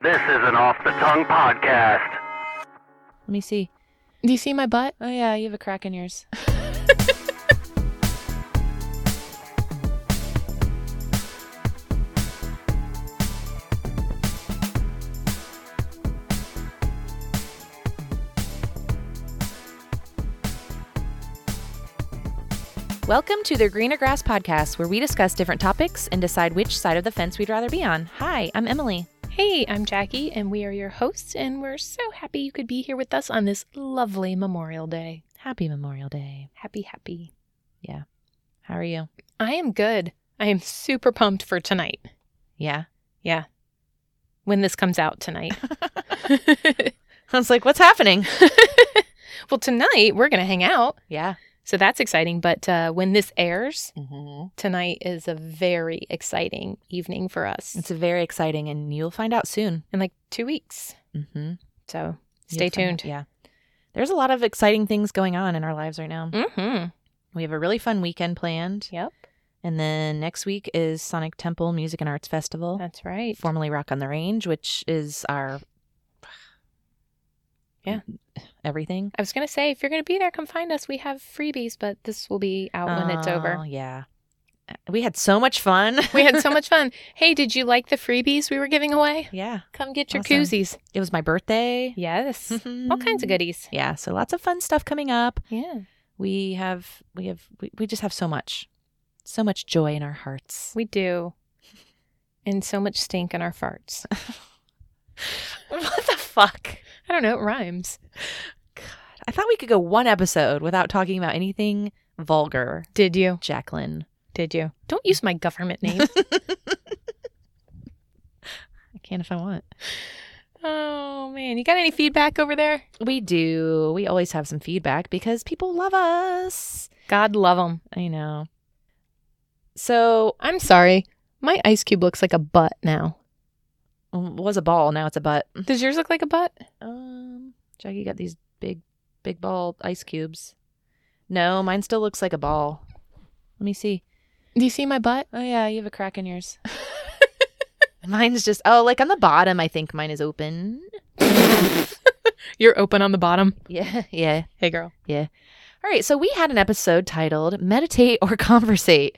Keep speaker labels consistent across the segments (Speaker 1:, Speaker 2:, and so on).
Speaker 1: This is an off the tongue podcast.
Speaker 2: Let me see.
Speaker 3: Do you see my butt?
Speaker 2: Oh yeah, you have a crack in yours. Welcome to the Greener Grass Podcast, where we discuss different topics and decide which side of the fence we'd rather be on. Hi, I'm Emily.
Speaker 3: Hey, I'm Jackie, and we are your hosts, and we're so happy you could be here with us on this lovely Memorial Day.
Speaker 2: Happy Memorial Day.
Speaker 3: Happy, happy.
Speaker 2: How are you?
Speaker 3: I am good. I am super pumped for tonight.
Speaker 2: Yeah.
Speaker 3: Yeah. When this comes out tonight.
Speaker 2: I was like, what's happening?
Speaker 3: well, tonight we're going to hang out,
Speaker 2: Yeah.
Speaker 3: so that's exciting. But uh, when this airs,
Speaker 2: Mm-hmm.
Speaker 3: tonight is a very exciting evening for us
Speaker 2: It's very exciting, and you'll find out soon.
Speaker 3: in like two weeks.
Speaker 2: Mm-hmm.
Speaker 3: So stay tuned.
Speaker 2: Yeah. There's a lot of exciting things going on in our lives right now.
Speaker 3: Mm-hmm.
Speaker 2: We have a really fun weekend planned.
Speaker 3: Yep.
Speaker 2: And then next week is Sonic Temple Music and Arts Festival,
Speaker 3: That's right.
Speaker 2: formerly Rock on the Range, which is our
Speaker 3: Yeah.
Speaker 2: everything.
Speaker 3: I was gonna say, if you're gonna be there, come find us. We have freebies, but this will be out when it's
Speaker 2: Oh,
Speaker 3: over.
Speaker 2: Yeah. We had so much fun.
Speaker 3: We had so much fun. Hey, did you like the freebies we were giving away?
Speaker 2: yeah.
Speaker 3: Come get your
Speaker 2: Awesome.
Speaker 3: koozies.
Speaker 2: It was my birthday.
Speaker 3: Yes, all kinds of goodies.
Speaker 2: Yeah, so lots of fun stuff coming up.
Speaker 3: Yeah,
Speaker 2: We have we have we, we just have so much so much joy in our hearts.
Speaker 3: we do. And so much stink in our farts.
Speaker 2: what the fuck?
Speaker 3: I don't know. It rhymes.
Speaker 2: I thought we could go one episode without talking about anything vulgar,
Speaker 3: Did you?
Speaker 2: Jacqueline.
Speaker 3: Did you? Don't use my government name.
Speaker 2: I can if I want.
Speaker 3: oh man, you got any feedback over there?
Speaker 2: We do. We always have some feedback because people love us.
Speaker 3: God love them.
Speaker 2: I know. So
Speaker 3: I'm sorry. My ice cube looks like a butt now.
Speaker 2: um, was a ball. Now it's a butt.
Speaker 3: Does yours look like a butt?
Speaker 2: Um, Jackie got these big, big ball ice cubes. No, mine still looks like a ball. Let me see.
Speaker 3: Do you see my butt?
Speaker 2: Oh yeah, you have a crack in yours. Mine's just oh, like on the bottom. I think mine is open.
Speaker 3: You're open on the bottom.
Speaker 2: Yeah, yeah.
Speaker 3: Hey, girl.
Speaker 2: All right, so we had an episode titled "Meditate or Conversate,"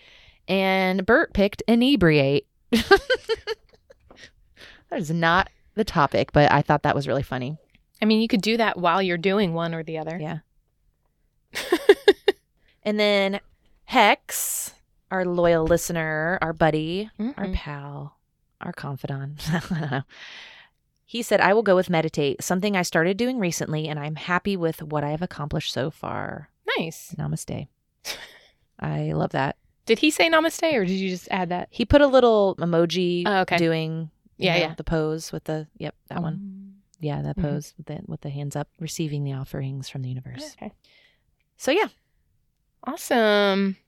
Speaker 2: and Bert picked "Inebriate." that is not the topic, but I thought that was really funny.
Speaker 3: I mean, you could do that while you're doing one or the other.
Speaker 2: Yeah. And then Hex, our loyal listener, our buddy, our
Speaker 3: Mhm.
Speaker 2: pal, our confidant. I don't know. he said, I will go with meditate, something I started doing recently, and I'm happy with what I have accomplished so far.
Speaker 3: Nice.
Speaker 2: Namaste. I love that.
Speaker 3: Did he say namaste or did you just add that?
Speaker 2: He put a little emoji
Speaker 3: Oh, okay.
Speaker 2: doing you
Speaker 3: Yeah,
Speaker 2: know,
Speaker 3: yeah.
Speaker 2: the pose with the yep, that one. Yeah, that
Speaker 3: Mhm.
Speaker 2: pose with the with the hands up, receiving the offerings from the universe.
Speaker 3: Okay.
Speaker 2: So yeah.
Speaker 3: Awesome.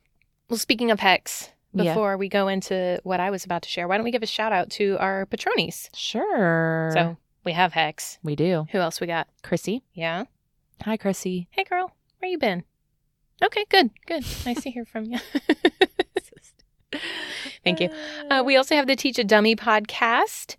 Speaker 3: Well, speaking of hex,
Speaker 2: Yeah.
Speaker 3: before we go into what I was about to share, why don't we give a shout out to our patronies?
Speaker 2: Sure.
Speaker 3: So we have hex.
Speaker 2: we do.
Speaker 3: Who else we got?
Speaker 2: Chrissy.
Speaker 3: Yeah.
Speaker 2: Hi Chrissy.
Speaker 3: Hey, girl. Where you been? Okay, good, good. Nice to hear from you. Thank you. Uh, we also have the Teach a Dummy podcast.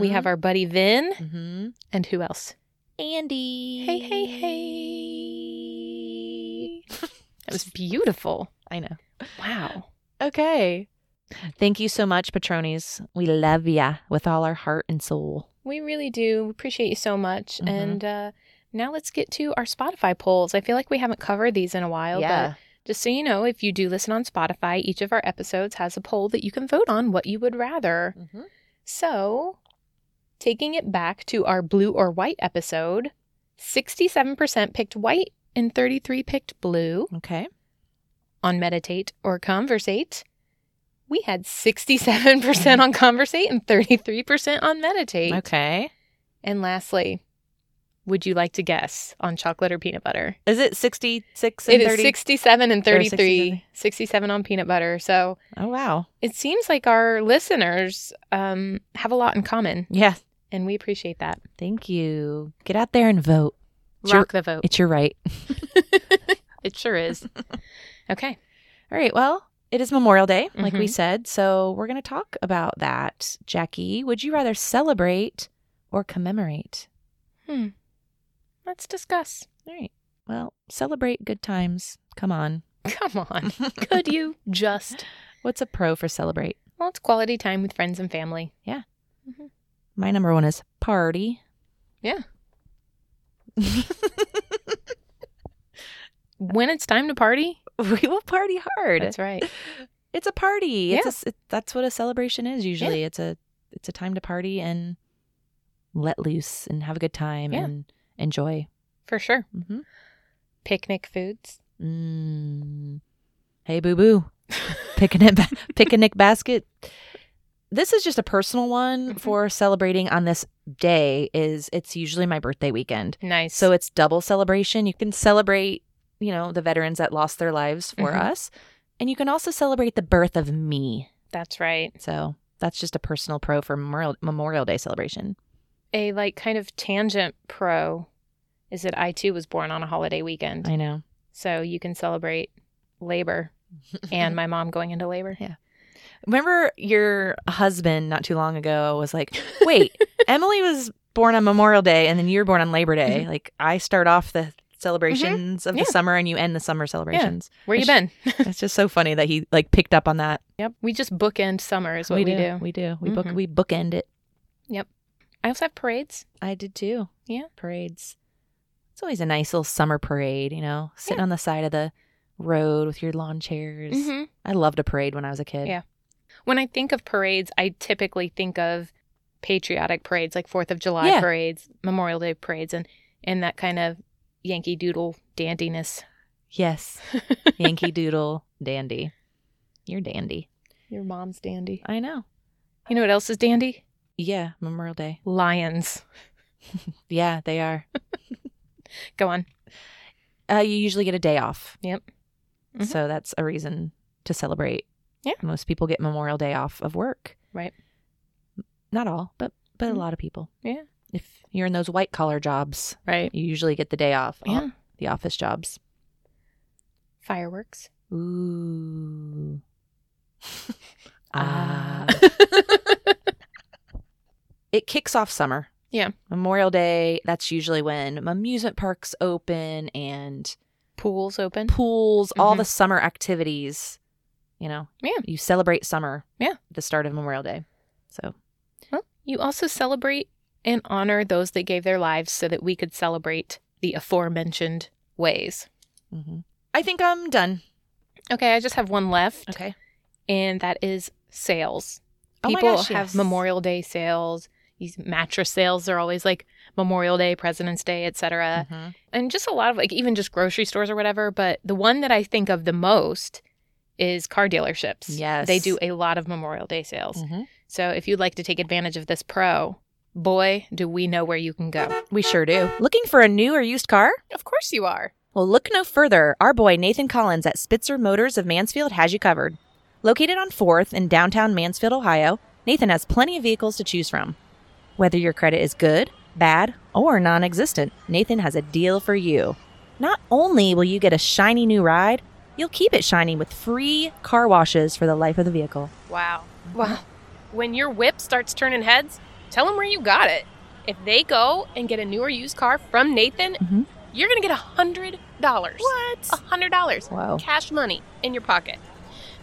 Speaker 3: We have our buddy Vin.
Speaker 2: mm-hmm.
Speaker 3: And who else?
Speaker 2: Andy.
Speaker 3: Hey, hey, hey. That was beautiful.
Speaker 2: I know.
Speaker 3: Wow.
Speaker 2: Okay. Thank you so much, Patronies. We love ya with all our heart and soul.
Speaker 3: We really do appreciate you so much.
Speaker 2: Mhm.
Speaker 3: And uh, now let's get to our Spotify polls. I feel like we haven't covered these in a while. But just so you know, if you do listen on Spotify, each of our episodes has a poll that you can vote on what you would rather.
Speaker 2: Mm-hmm.
Speaker 3: So, taking it back to our blue or white episode, 67% picked white and 33 picked blue.
Speaker 2: Okay.
Speaker 3: on meditate or conversate. We had 67% on conversate and 33% on meditate.
Speaker 2: Okay.
Speaker 3: And lastly, would you like to guess on chocolate or peanut butter?
Speaker 2: Is it 66
Speaker 3: It
Speaker 2: and
Speaker 3: is
Speaker 2: 30?
Speaker 3: 67 and
Speaker 2: Or
Speaker 3: 33, 67 on peanut butter. So
Speaker 2: Oh, wow.
Speaker 3: it seems like our listeners um, have a lot in common,
Speaker 2: Yeah.
Speaker 3: and we appreciate that.
Speaker 2: Thank you. Get out there and vote. It's your,
Speaker 3: Rock the vote.
Speaker 2: it's your right.
Speaker 3: It sure is. okay.
Speaker 2: All right. Well, it is Memorial Day, like we
Speaker 3: Mhm.
Speaker 2: said. So we're going to talk about that. Jackie, would you rather celebrate or commemorate?
Speaker 3: Let's discuss.
Speaker 2: All right. Well, celebrate good times. Come on.
Speaker 3: Come on. Could you just?
Speaker 2: What's a pro for celebrate?
Speaker 3: Well, it's quality time with friends and family.
Speaker 2: My number one is party.
Speaker 3: Yeah. When it's time to party,
Speaker 2: we will party hard.
Speaker 3: that's right.
Speaker 2: It's a party. It's a
Speaker 3: Yeah.
Speaker 2: s it, that's what a celebration is usually. It's a it's a time to party and let loose and have a good time
Speaker 3: Yeah.
Speaker 2: and enjoy.
Speaker 3: For sure.
Speaker 2: Mm-hmm.
Speaker 3: Picnic foods.
Speaker 2: Mm. Hey, boo boo. Picnic, ba- picnic basket. This is just a personal one
Speaker 3: Mhm.
Speaker 2: for celebrating on this day. Is it's usually my birthday weekend,
Speaker 3: Nice.
Speaker 2: so it's double celebration. You can celebrate, you know, the veterans that lost their lives for
Speaker 3: Mhm.
Speaker 2: us, and you can also celebrate the birth of me.
Speaker 3: that's right.
Speaker 2: So that's just a personal pro for Memorial, Memorial Day celebration.
Speaker 3: A like kind of tangent pro is that I too was born on a holiday weekend.
Speaker 2: I know.
Speaker 3: So you can celebrate labor and my mom going into labor.
Speaker 2: Remember your husband not too long ago was like, wait, Emily was born on Memorial Day and then you were born on Labor Day. Like I start off the celebrations of
Speaker 3: Mm-hmm. Yeah.
Speaker 2: the summer and you end the summer celebrations.
Speaker 3: Where you been?
Speaker 2: it's just so funny that he like picked up on that.
Speaker 3: Yep. We just bookend summer is what we, do.
Speaker 2: We do. We book
Speaker 3: Mhm.
Speaker 2: we bookend it.
Speaker 3: I also have parades.
Speaker 2: I did too.
Speaker 3: Yeah.
Speaker 2: Parades. It's always a nice little summer parade, you know, sitting
Speaker 3: Yeah.
Speaker 2: on the side of the road with your lawn chairs.
Speaker 3: Mhm.
Speaker 2: I loved a parade when I was a kid.
Speaker 3: Yeah. When I think of parades, I typically think of patriotic parades like 4th of July
Speaker 2: Yeah.
Speaker 3: parades, Memorial Day parades and and that kind of Yankee doodle dandiness.
Speaker 2: Yes. Yankee Doodle Dandy. You're dandy.
Speaker 3: Your mom's dandy.
Speaker 2: I know.
Speaker 3: You know what else is dandy?
Speaker 2: Yeah, Memorial Day.
Speaker 3: Lions.
Speaker 2: Yeah, they are.
Speaker 3: Go on.
Speaker 2: Uh, you usually get a day off.
Speaker 3: Yep. Mhm.
Speaker 2: So that's a reason to celebrate.
Speaker 3: Yeah.
Speaker 2: Most people get Memorial Day off of work.
Speaker 3: Right.
Speaker 2: Not all, but but
Speaker 3: Mhm.
Speaker 2: a lot of people.
Speaker 3: Yeah.
Speaker 2: If you're in those white collar jobs,
Speaker 3: Right.
Speaker 2: you usually get the day off. uh,
Speaker 3: Yeah.
Speaker 2: The office jobs.
Speaker 3: Fireworks.
Speaker 2: Ooh. Uh, ah. it kicks off summer.
Speaker 3: Yeah.
Speaker 2: Memorial Day, that's usually when amusement parks open and
Speaker 3: Pools open.
Speaker 2: pools, all
Speaker 3: Mhm.
Speaker 2: the summer activities. You know,
Speaker 3: Yeah.
Speaker 2: you celebrate summer.
Speaker 3: Yeah.
Speaker 2: at The start of Memorial Day. So,
Speaker 3: You also celebrate and honor those that gave their lives so that we could celebrate the aforementioned ways.
Speaker 2: mhm. I think I'm done.
Speaker 3: Okay, I just have one left,
Speaker 2: Okay.
Speaker 3: and that is sales.
Speaker 2: Oh my
Speaker 3: People
Speaker 2: gosh,
Speaker 3: have
Speaker 2: yes.
Speaker 3: Memorial Day sales. These mattress sales are always like Memorial Day, President's Day, etc.
Speaker 2: Mhm.
Speaker 3: And just a lot of like even just grocery stores or whatever, but the one that I think of the most is car dealerships.
Speaker 2: Yes.
Speaker 3: They do a lot of Memorial Day sales.
Speaker 2: Mhm.
Speaker 3: So if you'd like to take advantage of this pro, boy, do we know where you can go.
Speaker 2: We sure do. Looking for a new or used car?
Speaker 3: Of course you are.
Speaker 2: Well, look no further. Our boy Nathan Collins at Spitzer Motors of Mansfield has you covered. Located on 4th in downtown Mansfield, Ohio, Nathan has plenty of vehicles to choose from. Whether your credit is good, bad, or non existent, Nathan has a deal for you. Not only will you get a shiny new ride, you'll keep it shiny with free car washes for the life of the vehicle.
Speaker 3: Wow. Wow. When your whip starts turning heads, tell them where you got it. If they go and get a newer used car from Nathan,
Speaker 2: Mhm.
Speaker 3: you're going to get a $100. A
Speaker 2: What?
Speaker 3: $100.
Speaker 2: Wow.
Speaker 3: Cash money in your pocket.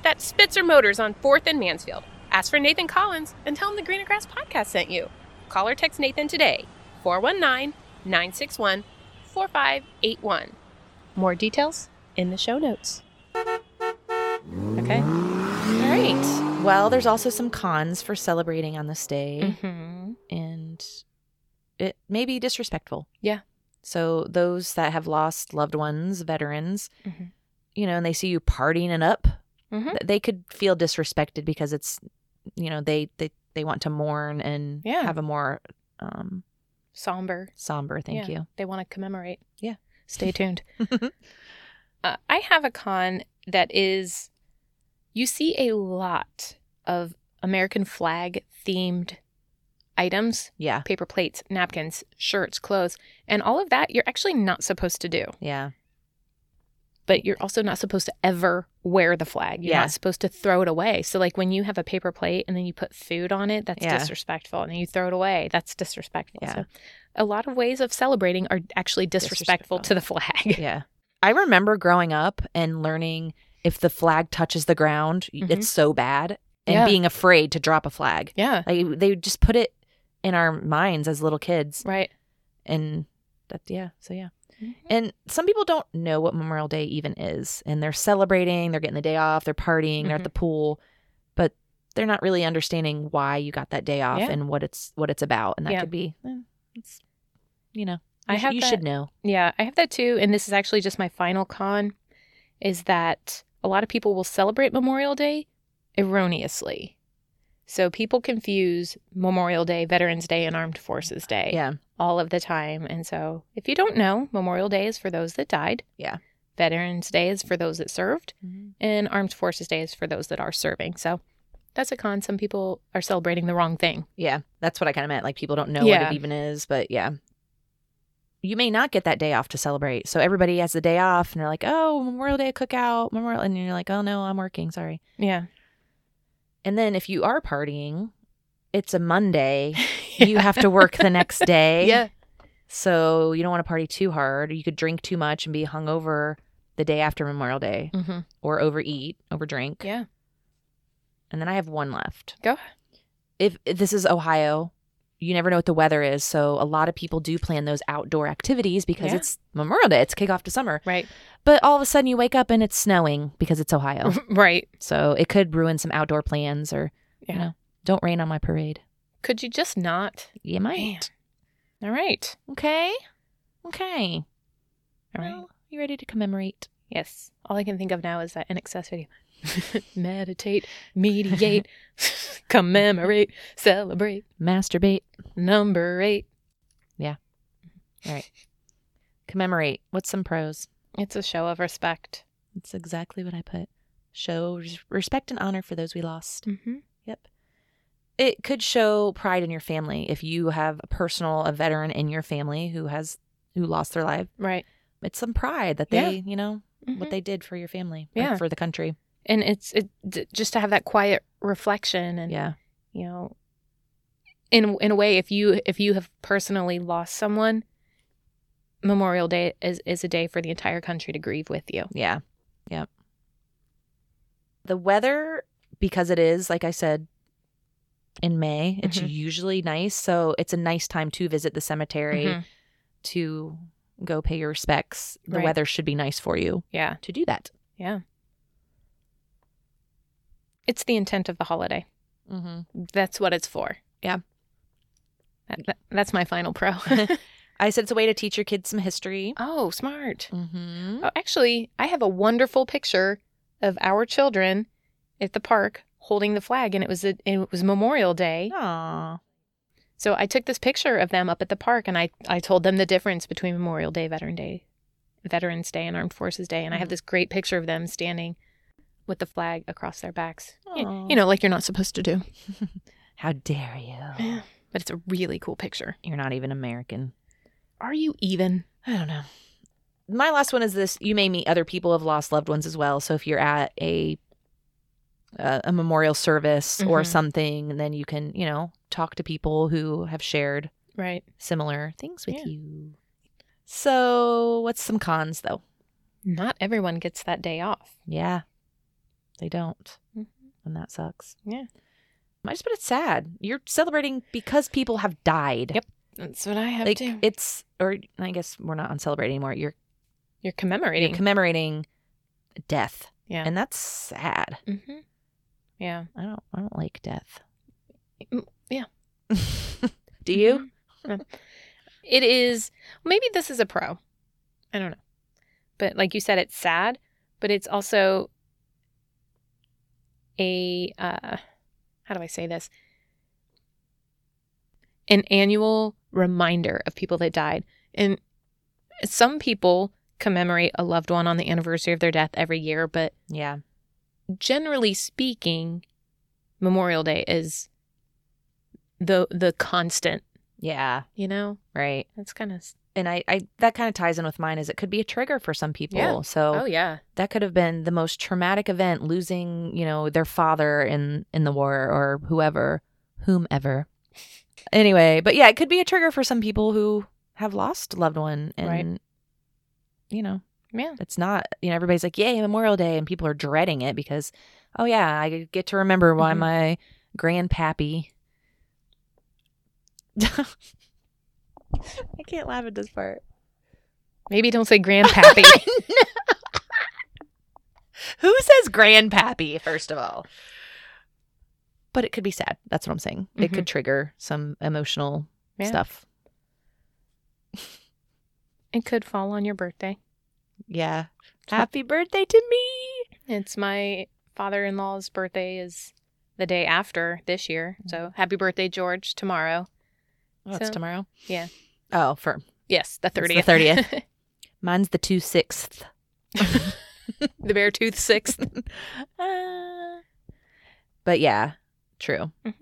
Speaker 3: That's Spitzer Motors on 4th and Mansfield. Ask for Nathan Collins and tell him the Greener Grass podcast sent you. Call or text Nathan today, 419 961 4581. More details in the show notes. Okay. All right.
Speaker 2: Well, there's also some cons for celebrating on this day.
Speaker 3: Mm-hmm.
Speaker 2: and it may be disrespectful.
Speaker 3: Yeah.
Speaker 2: So those that have lost loved ones, veterans,
Speaker 3: Mhm.
Speaker 2: you know, and they see you partying it up,
Speaker 3: Mhm.
Speaker 2: th- they could feel disrespected because it's, you know, they they they want to mourn and
Speaker 3: Yeah.
Speaker 2: have a more um
Speaker 3: Somber.
Speaker 2: somber. Thank you.
Speaker 3: They want to commemorate.
Speaker 2: Yeah.
Speaker 3: Stay tuned. uh, I have a con that is you see a lot of American flag themed items,
Speaker 2: Yeah.
Speaker 3: paper plates, napkins, shirts, clothes, and all of that you're actually not supposed to do.
Speaker 2: Yeah.
Speaker 3: But you're also not supposed to ever wear the flag. You're
Speaker 2: Yeah.
Speaker 3: not supposed to throw it away. So like when you have a paper plate and then you put food on it, that's
Speaker 2: Yeah.
Speaker 3: disrespectful. And then you throw it away, that's disrespectful.
Speaker 2: Yeah.
Speaker 3: So a lot of ways of celebrating are actually disrespectful,
Speaker 2: Disrespectful.
Speaker 3: to the flag.
Speaker 2: Yeah. I remember growing up and learning if the flag touches the ground, y-
Speaker 3: Mhm.
Speaker 2: it's so bad, and
Speaker 3: Yeah.
Speaker 2: being afraid to drop a flag.
Speaker 3: Yeah.
Speaker 2: Like they would just put it in our minds as little kids,
Speaker 3: Right.
Speaker 2: and that yeah. So yeah. And some people don't know what Memorial Day even is, and they're celebrating, they're getting the day off, they're partying, they're at
Speaker 3: Mhm.
Speaker 2: the pool, but they're not really understanding why you got that day off
Speaker 3: Yeah.
Speaker 2: and what it's what it's about, and that
Speaker 3: Yeah.
Speaker 2: could be, eh, it's, you know,
Speaker 3: I
Speaker 2: you sh-
Speaker 3: have
Speaker 2: you
Speaker 3: that-
Speaker 2: should know.
Speaker 3: Yeah, I have that too. And this is actually just my final con is that a lot of people will celebrate Memorial Day erroneously. So people confuse Memorial Day, Veterans Day, and Armed Forces Day
Speaker 2: Yeah,
Speaker 3: all of the time. And so if you don't know, Memorial Day is for those that died.
Speaker 2: Yeah.
Speaker 3: Veterans Day is for those that served, and Armed Forces Day is for those that are serving. So that's a con. Some people are celebrating the wrong thing.
Speaker 2: yeah, that's what I kind of meant. Like people don't know
Speaker 3: Yeah.
Speaker 2: what it even is, but yeah. You may not get that day off to celebrate. So everybody has the day off and they're like, oh, Memorial Day cookout, Memorial. And you're like, oh, no, I'm working. Sorry.
Speaker 3: Yeah.
Speaker 2: And then if you are partying, it's a Monday. You have to work eh? the next day.
Speaker 3: Yeah.
Speaker 2: So you don't want to party too hard. You could drink too much and be hungover the day after Memorial Day
Speaker 3: hmm
Speaker 2: or overeat, overdrink.
Speaker 3: Yeah.
Speaker 2: And then I have one left.
Speaker 3: Go.
Speaker 2: If, if this is Ohio, you never know what the weather is. So a lot of people do plan those outdoor activities because
Speaker 3: Yeah.
Speaker 2: it's Memorial Day. It's kickoff to summer.
Speaker 3: Right.
Speaker 2: But all of a sudden you wake up and it's snowing because it's Ohio.
Speaker 3: Right.
Speaker 2: so it could ruin some outdoor plans or
Speaker 3: Yeah.
Speaker 2: you know, don't rain on my parade.
Speaker 3: Could you just not?
Speaker 2: You might.
Speaker 3: All right.
Speaker 2: Okay. Okay.
Speaker 3: All right.
Speaker 2: Well, you ready to commemorate?
Speaker 3: Yes. All I can think of now is that NXS video. Meditate, mediate, commemorate, celebrate.
Speaker 2: Masturbate.
Speaker 3: Number eight.
Speaker 2: Commemorate. What's some pros?
Speaker 3: It's a show of respect.
Speaker 2: That's exactly what I put. Show res- respect and honor for those we lost.
Speaker 3: Mm-hmm.
Speaker 2: Yep. It could show pride in your family if you have a personal, a veteran in your family who has who lost their life.
Speaker 3: Right.
Speaker 2: It's some pride that
Speaker 3: Yeah.
Speaker 2: they, you know,
Speaker 3: Mhm.
Speaker 2: what they did for your family, or
Speaker 3: Yeah.
Speaker 2: for the country.
Speaker 3: and it's it d- just to have that quiet reflection and
Speaker 2: Yeah,
Speaker 3: you know, in in a way, if you if you have personally lost someone, Memorial Day is is a day for the entire country to grieve with you.
Speaker 2: yeah, yeah. The weather, because it is like I said, in May, it's
Speaker 3: Mhm.
Speaker 2: usually nice, so it's a nice time to visit the cemetery.
Speaker 3: Mhm.
Speaker 2: to go pay your respects, the
Speaker 3: Right.
Speaker 2: weather should be nice for you
Speaker 3: Yeah.
Speaker 2: to do that.
Speaker 3: Yeah. It's the intent of the holiday.
Speaker 2: Mm-hmm.
Speaker 3: That's what it's for.
Speaker 2: Yeah.
Speaker 3: That, that- that's my final pro.
Speaker 2: I said it's a way to teach your kids some history.
Speaker 3: oh, smart.
Speaker 2: Mm-hmm.
Speaker 3: Oh, actually, I have a wonderful picture of our children at the park holding the flag and it was a, and it was Memorial Day.
Speaker 2: Aww.
Speaker 3: So I took this picture of them up at the park and I I told them the difference between Memorial Day, Veteran Day, Veterans Day and Armed Forces Day and I have
Speaker 2: Mhm.
Speaker 3: this great picture of them standing with the flag across their backs. Y-
Speaker 2: Aw.
Speaker 3: you know, like you're not supposed to do.
Speaker 2: How dare you?
Speaker 3: But it's a really cool picture.
Speaker 2: You're not even American.
Speaker 3: Are you even?
Speaker 2: I don't know. My last one is this: you may meet other people who have lost loved ones as well. So if you're at a uh, a memorial service or
Speaker 3: Mhm.
Speaker 2: something, then you can, you know, talk to people who have shared
Speaker 3: Right.
Speaker 2: similar things with
Speaker 3: Yeah.
Speaker 2: you. So, what's some cons though?
Speaker 3: Not everyone gets that day off.
Speaker 2: Yeah. They don't.
Speaker 3: Mhm.
Speaker 2: And that sucks.
Speaker 3: Yeah.
Speaker 2: I just put it sad. You're celebrating because people have died.
Speaker 3: Yep, That's what I have
Speaker 2: Like it's or I guess we're not on celebrate anymore. You're
Speaker 3: You're commemorating.
Speaker 2: commemorating death.
Speaker 3: Yeah.
Speaker 2: And that's sad.
Speaker 3: hmm Yeah.
Speaker 2: I don't I don't like death.
Speaker 3: Mm, yeah.
Speaker 2: Do you?
Speaker 3: Mhm. it is maybe this is a pro. I don't know. But like you said, it's sad, but it's also a uh how do I say this? An annual reminder of people that died. And some people commemorate a loved one on the anniversary of their death every year, but
Speaker 2: Yeah.
Speaker 3: generally speaking, Memorial Day is the the constant,
Speaker 2: Yeah.
Speaker 3: you know?
Speaker 2: Right.
Speaker 3: That's kind of
Speaker 2: and I, I that kind of ties in with mine is it could be a trigger for some people.
Speaker 3: Yeah.
Speaker 2: So
Speaker 3: Oh yeah.
Speaker 2: that could have been the most traumatic event losing you know their father in in the war or whoever whomever anyway but yeah it could be a trigger for some people who have lost a loved one and
Speaker 3: Right.
Speaker 2: you know
Speaker 3: Yeah.
Speaker 2: it's not you know everybody's like yay memorial day and people are dreading it because oh yeah i get to remember why
Speaker 3: Mhm.
Speaker 2: my grandpappy i can't laugh at this part
Speaker 3: Maybe don't say grandpappy.
Speaker 2: Who says grandpappy, first of all? But it could be sad. That's what I'm saying. It could trigger some emotional
Speaker 3: Yeah.
Speaker 2: stuff.
Speaker 3: it could fall on your birthday.
Speaker 2: Yeah. Happy birthday to me.
Speaker 3: It's my father-in-law's birthday is the day after this year. So happy birthday, George, tomorrow.
Speaker 2: Oh, it's
Speaker 3: So-
Speaker 2: tomorrow?
Speaker 3: Yeah.
Speaker 2: Oh, for
Speaker 3: Yes, the
Speaker 2: the
Speaker 3: 30th.
Speaker 2: 30th. mine's the two sixth.
Speaker 3: the bear tooth sixth.
Speaker 2: But yeah, true.
Speaker 3: Mhm.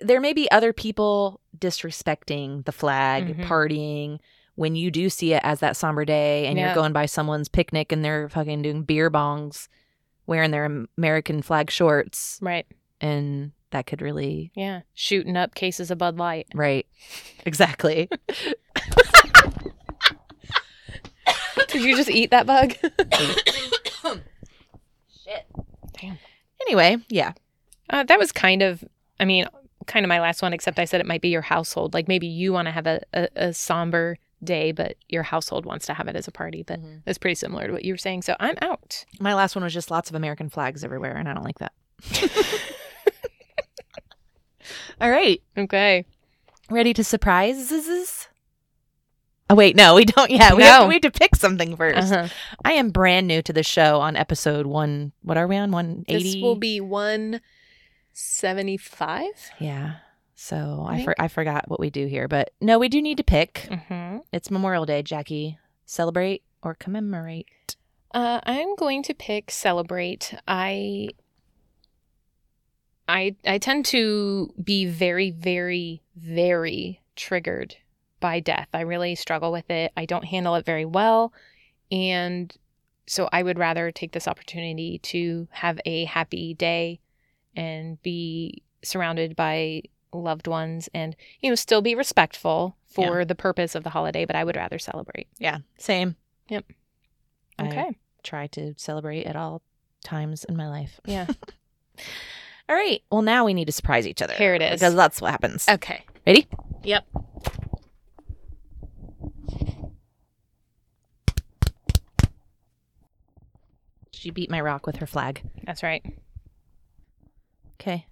Speaker 2: There may be other people disrespecting the flag,
Speaker 3: Mhm.
Speaker 2: partying when you do see it as that somber day and
Speaker 3: Yeah.
Speaker 2: you're going by someone's picnic and they're fucking doing beer bongs, wearing their American flag shorts.
Speaker 3: right.
Speaker 2: And that could really,
Speaker 3: Yeah. Shooting up cases of Bud Light.
Speaker 2: right? Exactly.
Speaker 3: Did you just eat that bug?
Speaker 2: anyway, yeah.
Speaker 3: Uh, that was kind of, I mean, kind of my last one, except I said it might be your household. Like maybe you want to have a, a, a somber day, but your household wants to have it as a party. But
Speaker 2: Mhm.
Speaker 3: that's pretty similar to what you were saying. So I'm out.
Speaker 2: My last one was just lots of American flags everywhere, and I don't like that. All right.
Speaker 3: Okay.
Speaker 2: Ready to surprises? Oh wait, no, we don't. Yeah, we, have,
Speaker 3: No.
Speaker 2: to, we have to pick something 1st
Speaker 3: Uh-huh.
Speaker 2: I am brand new to the show on episode one. What are we on? One eighty.
Speaker 3: This will be 175.
Speaker 2: Yeah. So I
Speaker 3: Right.
Speaker 2: for, I forgot what we do here, but no, we do need to pick.
Speaker 3: Mm-hmm.
Speaker 2: It's Memorial Day, Jackie. Celebrate or commemorate?
Speaker 3: Uh, I'm going to pick celebrate. I I I tend to be very very very triggered by death. I really struggle with it. I don't handle it very well and so I would rather take this opportunity to have a happy day and be surrounded by loved ones and you know still be respectful for the purpose of the holiday, but I would rather celebrate.
Speaker 2: Yeah, same.
Speaker 3: Yep.
Speaker 2: I
Speaker 3: Okay.
Speaker 2: try to celebrate at all times in my life.
Speaker 3: Yeah.
Speaker 2: All right. Well, now we need to surprise each other.
Speaker 3: Here it is.
Speaker 2: because that's what happens.
Speaker 3: Okay.
Speaker 2: Ready?
Speaker 3: Yep.
Speaker 2: She beat my rock with her flag.
Speaker 3: That's right.
Speaker 2: Okay.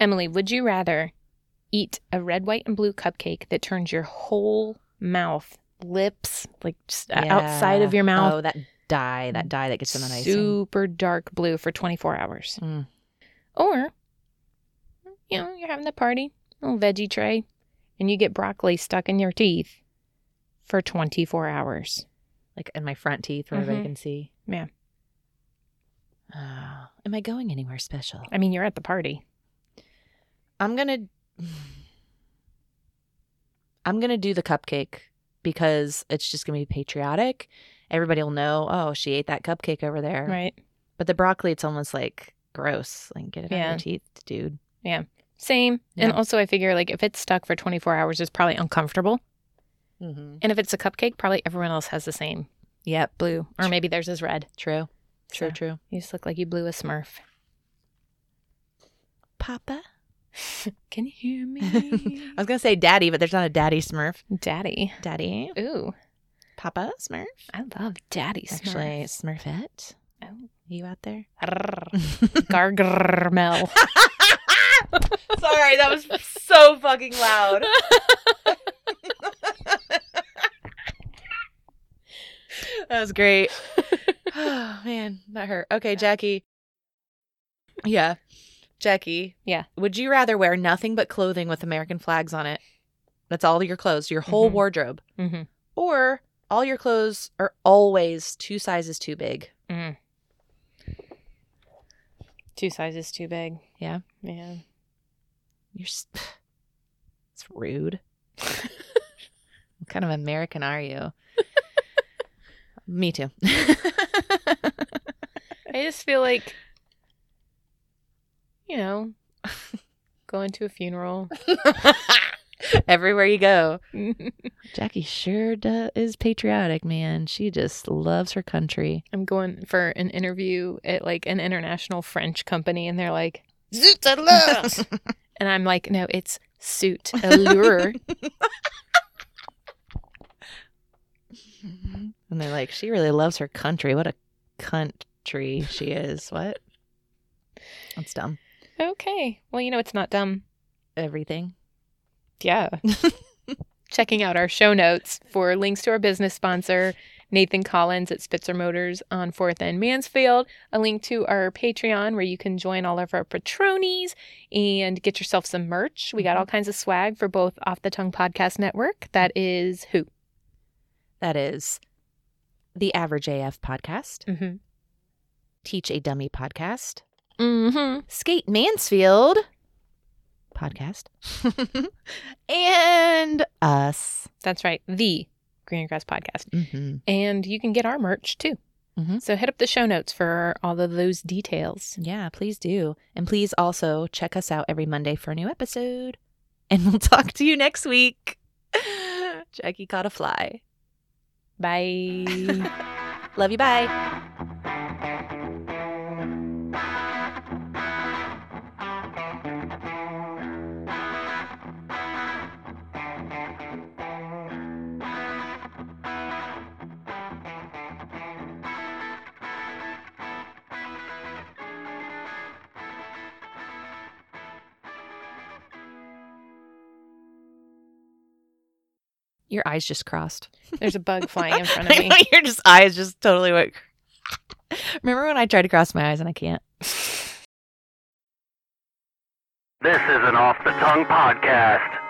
Speaker 3: Emily, would you rather eat a red, white, and blue cupcake that turns your whole mouth, lips, like just o- Uh, outside of
Speaker 2: Yeah.
Speaker 3: your mouth,
Speaker 2: Oh, that dye, that dye that gets in that icing.
Speaker 3: super dark blue for 24 hours?
Speaker 2: Mm.
Speaker 3: Or, you know, you're having the party, little veggie tray, and you get broccoli stuck in your teeth for 24 hours.
Speaker 2: Like in my front teeth, where everybody
Speaker 3: Mhm.
Speaker 2: can see.
Speaker 3: Yeah.
Speaker 2: Oh, am I going anywhere special?
Speaker 3: I mean, you're at the party.
Speaker 2: I'm gonna I'm gonna do the cupcake because it's just gonna be patriotic. Everybody will know, oh, she ate that cupcake over there.
Speaker 3: Right.
Speaker 2: But the broccoli, it's almost like gross. Like get it out
Speaker 3: Yeah.
Speaker 2: of your teeth, dude.
Speaker 3: Same. And
Speaker 2: Yeah.
Speaker 3: also, I figure, like, if it's stuck for 24 hours, it's probably uncomfortable.
Speaker 2: Mm-hmm.
Speaker 3: And if it's a cupcake, probably everyone else has the same
Speaker 2: Yep.
Speaker 3: blue, or maybe theirs is red.
Speaker 2: True. True,
Speaker 3: So,
Speaker 2: true.
Speaker 3: You just look like you blew a smurf.
Speaker 2: Papa?
Speaker 3: Can you hear
Speaker 2: I was gonna say daddy, but there's not a daddy smurf.
Speaker 3: Daddy.
Speaker 2: Daddy.
Speaker 3: Ooh,
Speaker 2: Papa smurf?
Speaker 3: I love Daddy
Speaker 2: Actually,
Speaker 3: Smurfs.
Speaker 2: Smurfette.
Speaker 3: Oh.
Speaker 2: You out there?
Speaker 3: Actually, Gargamel.
Speaker 2: Sorry, that was so fucking loud. that was great. Oh man, that hurt. Okay, Jackie. Yeah. Jackie.
Speaker 3: Yeah.
Speaker 2: Would you rather wear nothing but clothing with American flags on it? That's all your clothes, your whole
Speaker 3: Mhm.
Speaker 2: wardrobe.
Speaker 3: Mhm.
Speaker 2: Or all your clothes are always two sizes too big.
Speaker 3: Two sizes too big.
Speaker 2: Yeah.
Speaker 3: Yeah.
Speaker 2: You're s- It's rude. kind of American are you? Me too.
Speaker 3: I just feel like, you know, going to a funeral.
Speaker 2: Everywhere you go.
Speaker 3: I'm
Speaker 2: Jackie sure do- is patriotic, man. She just loves her country.
Speaker 3: going for an interview at like an international French company, and they're like,
Speaker 2: Zoot
Speaker 3: and I'm like, no, it's suit allure.
Speaker 2: and they're like, she really loves her country. What a country she is. What? That's dumb.
Speaker 3: okay. Well, you know, it's not dumb.
Speaker 2: Everything.
Speaker 3: Yeah. Checking out our show notes for links to our business sponsor, Nathan Collins at Spitzer Motors on 4th and Mansfield, a link to our Patreon where you can join all of our patronies and get yourself some merch. We got all kinds of swag for both Off the Tongue Podcast Network. That is who?
Speaker 2: That is the Average AF podcast,
Speaker 3: Mm-hmm.
Speaker 2: Teach a Dummy podcast,
Speaker 3: Mm-hmm.
Speaker 2: Skate Mansfield podcast, and us.
Speaker 3: That's right. The Green Grass Podcast.
Speaker 2: Mm-hmm.
Speaker 3: And you can get our merch too.
Speaker 2: Mhm.
Speaker 3: So hit up the show notes for all of those details.
Speaker 2: Yeah, please do. And please also check us out every Monday for a new episode. And we'll talk to you next week. Jackie caught a fly.
Speaker 3: Bye.
Speaker 2: Love you. Bye. Your eyes just crossed.
Speaker 3: There's a bug flying in front of me.
Speaker 2: Your just eyes just totally went. Remember when I tried to cross my eyes and I can't?
Speaker 1: This is an off the tongue podcast.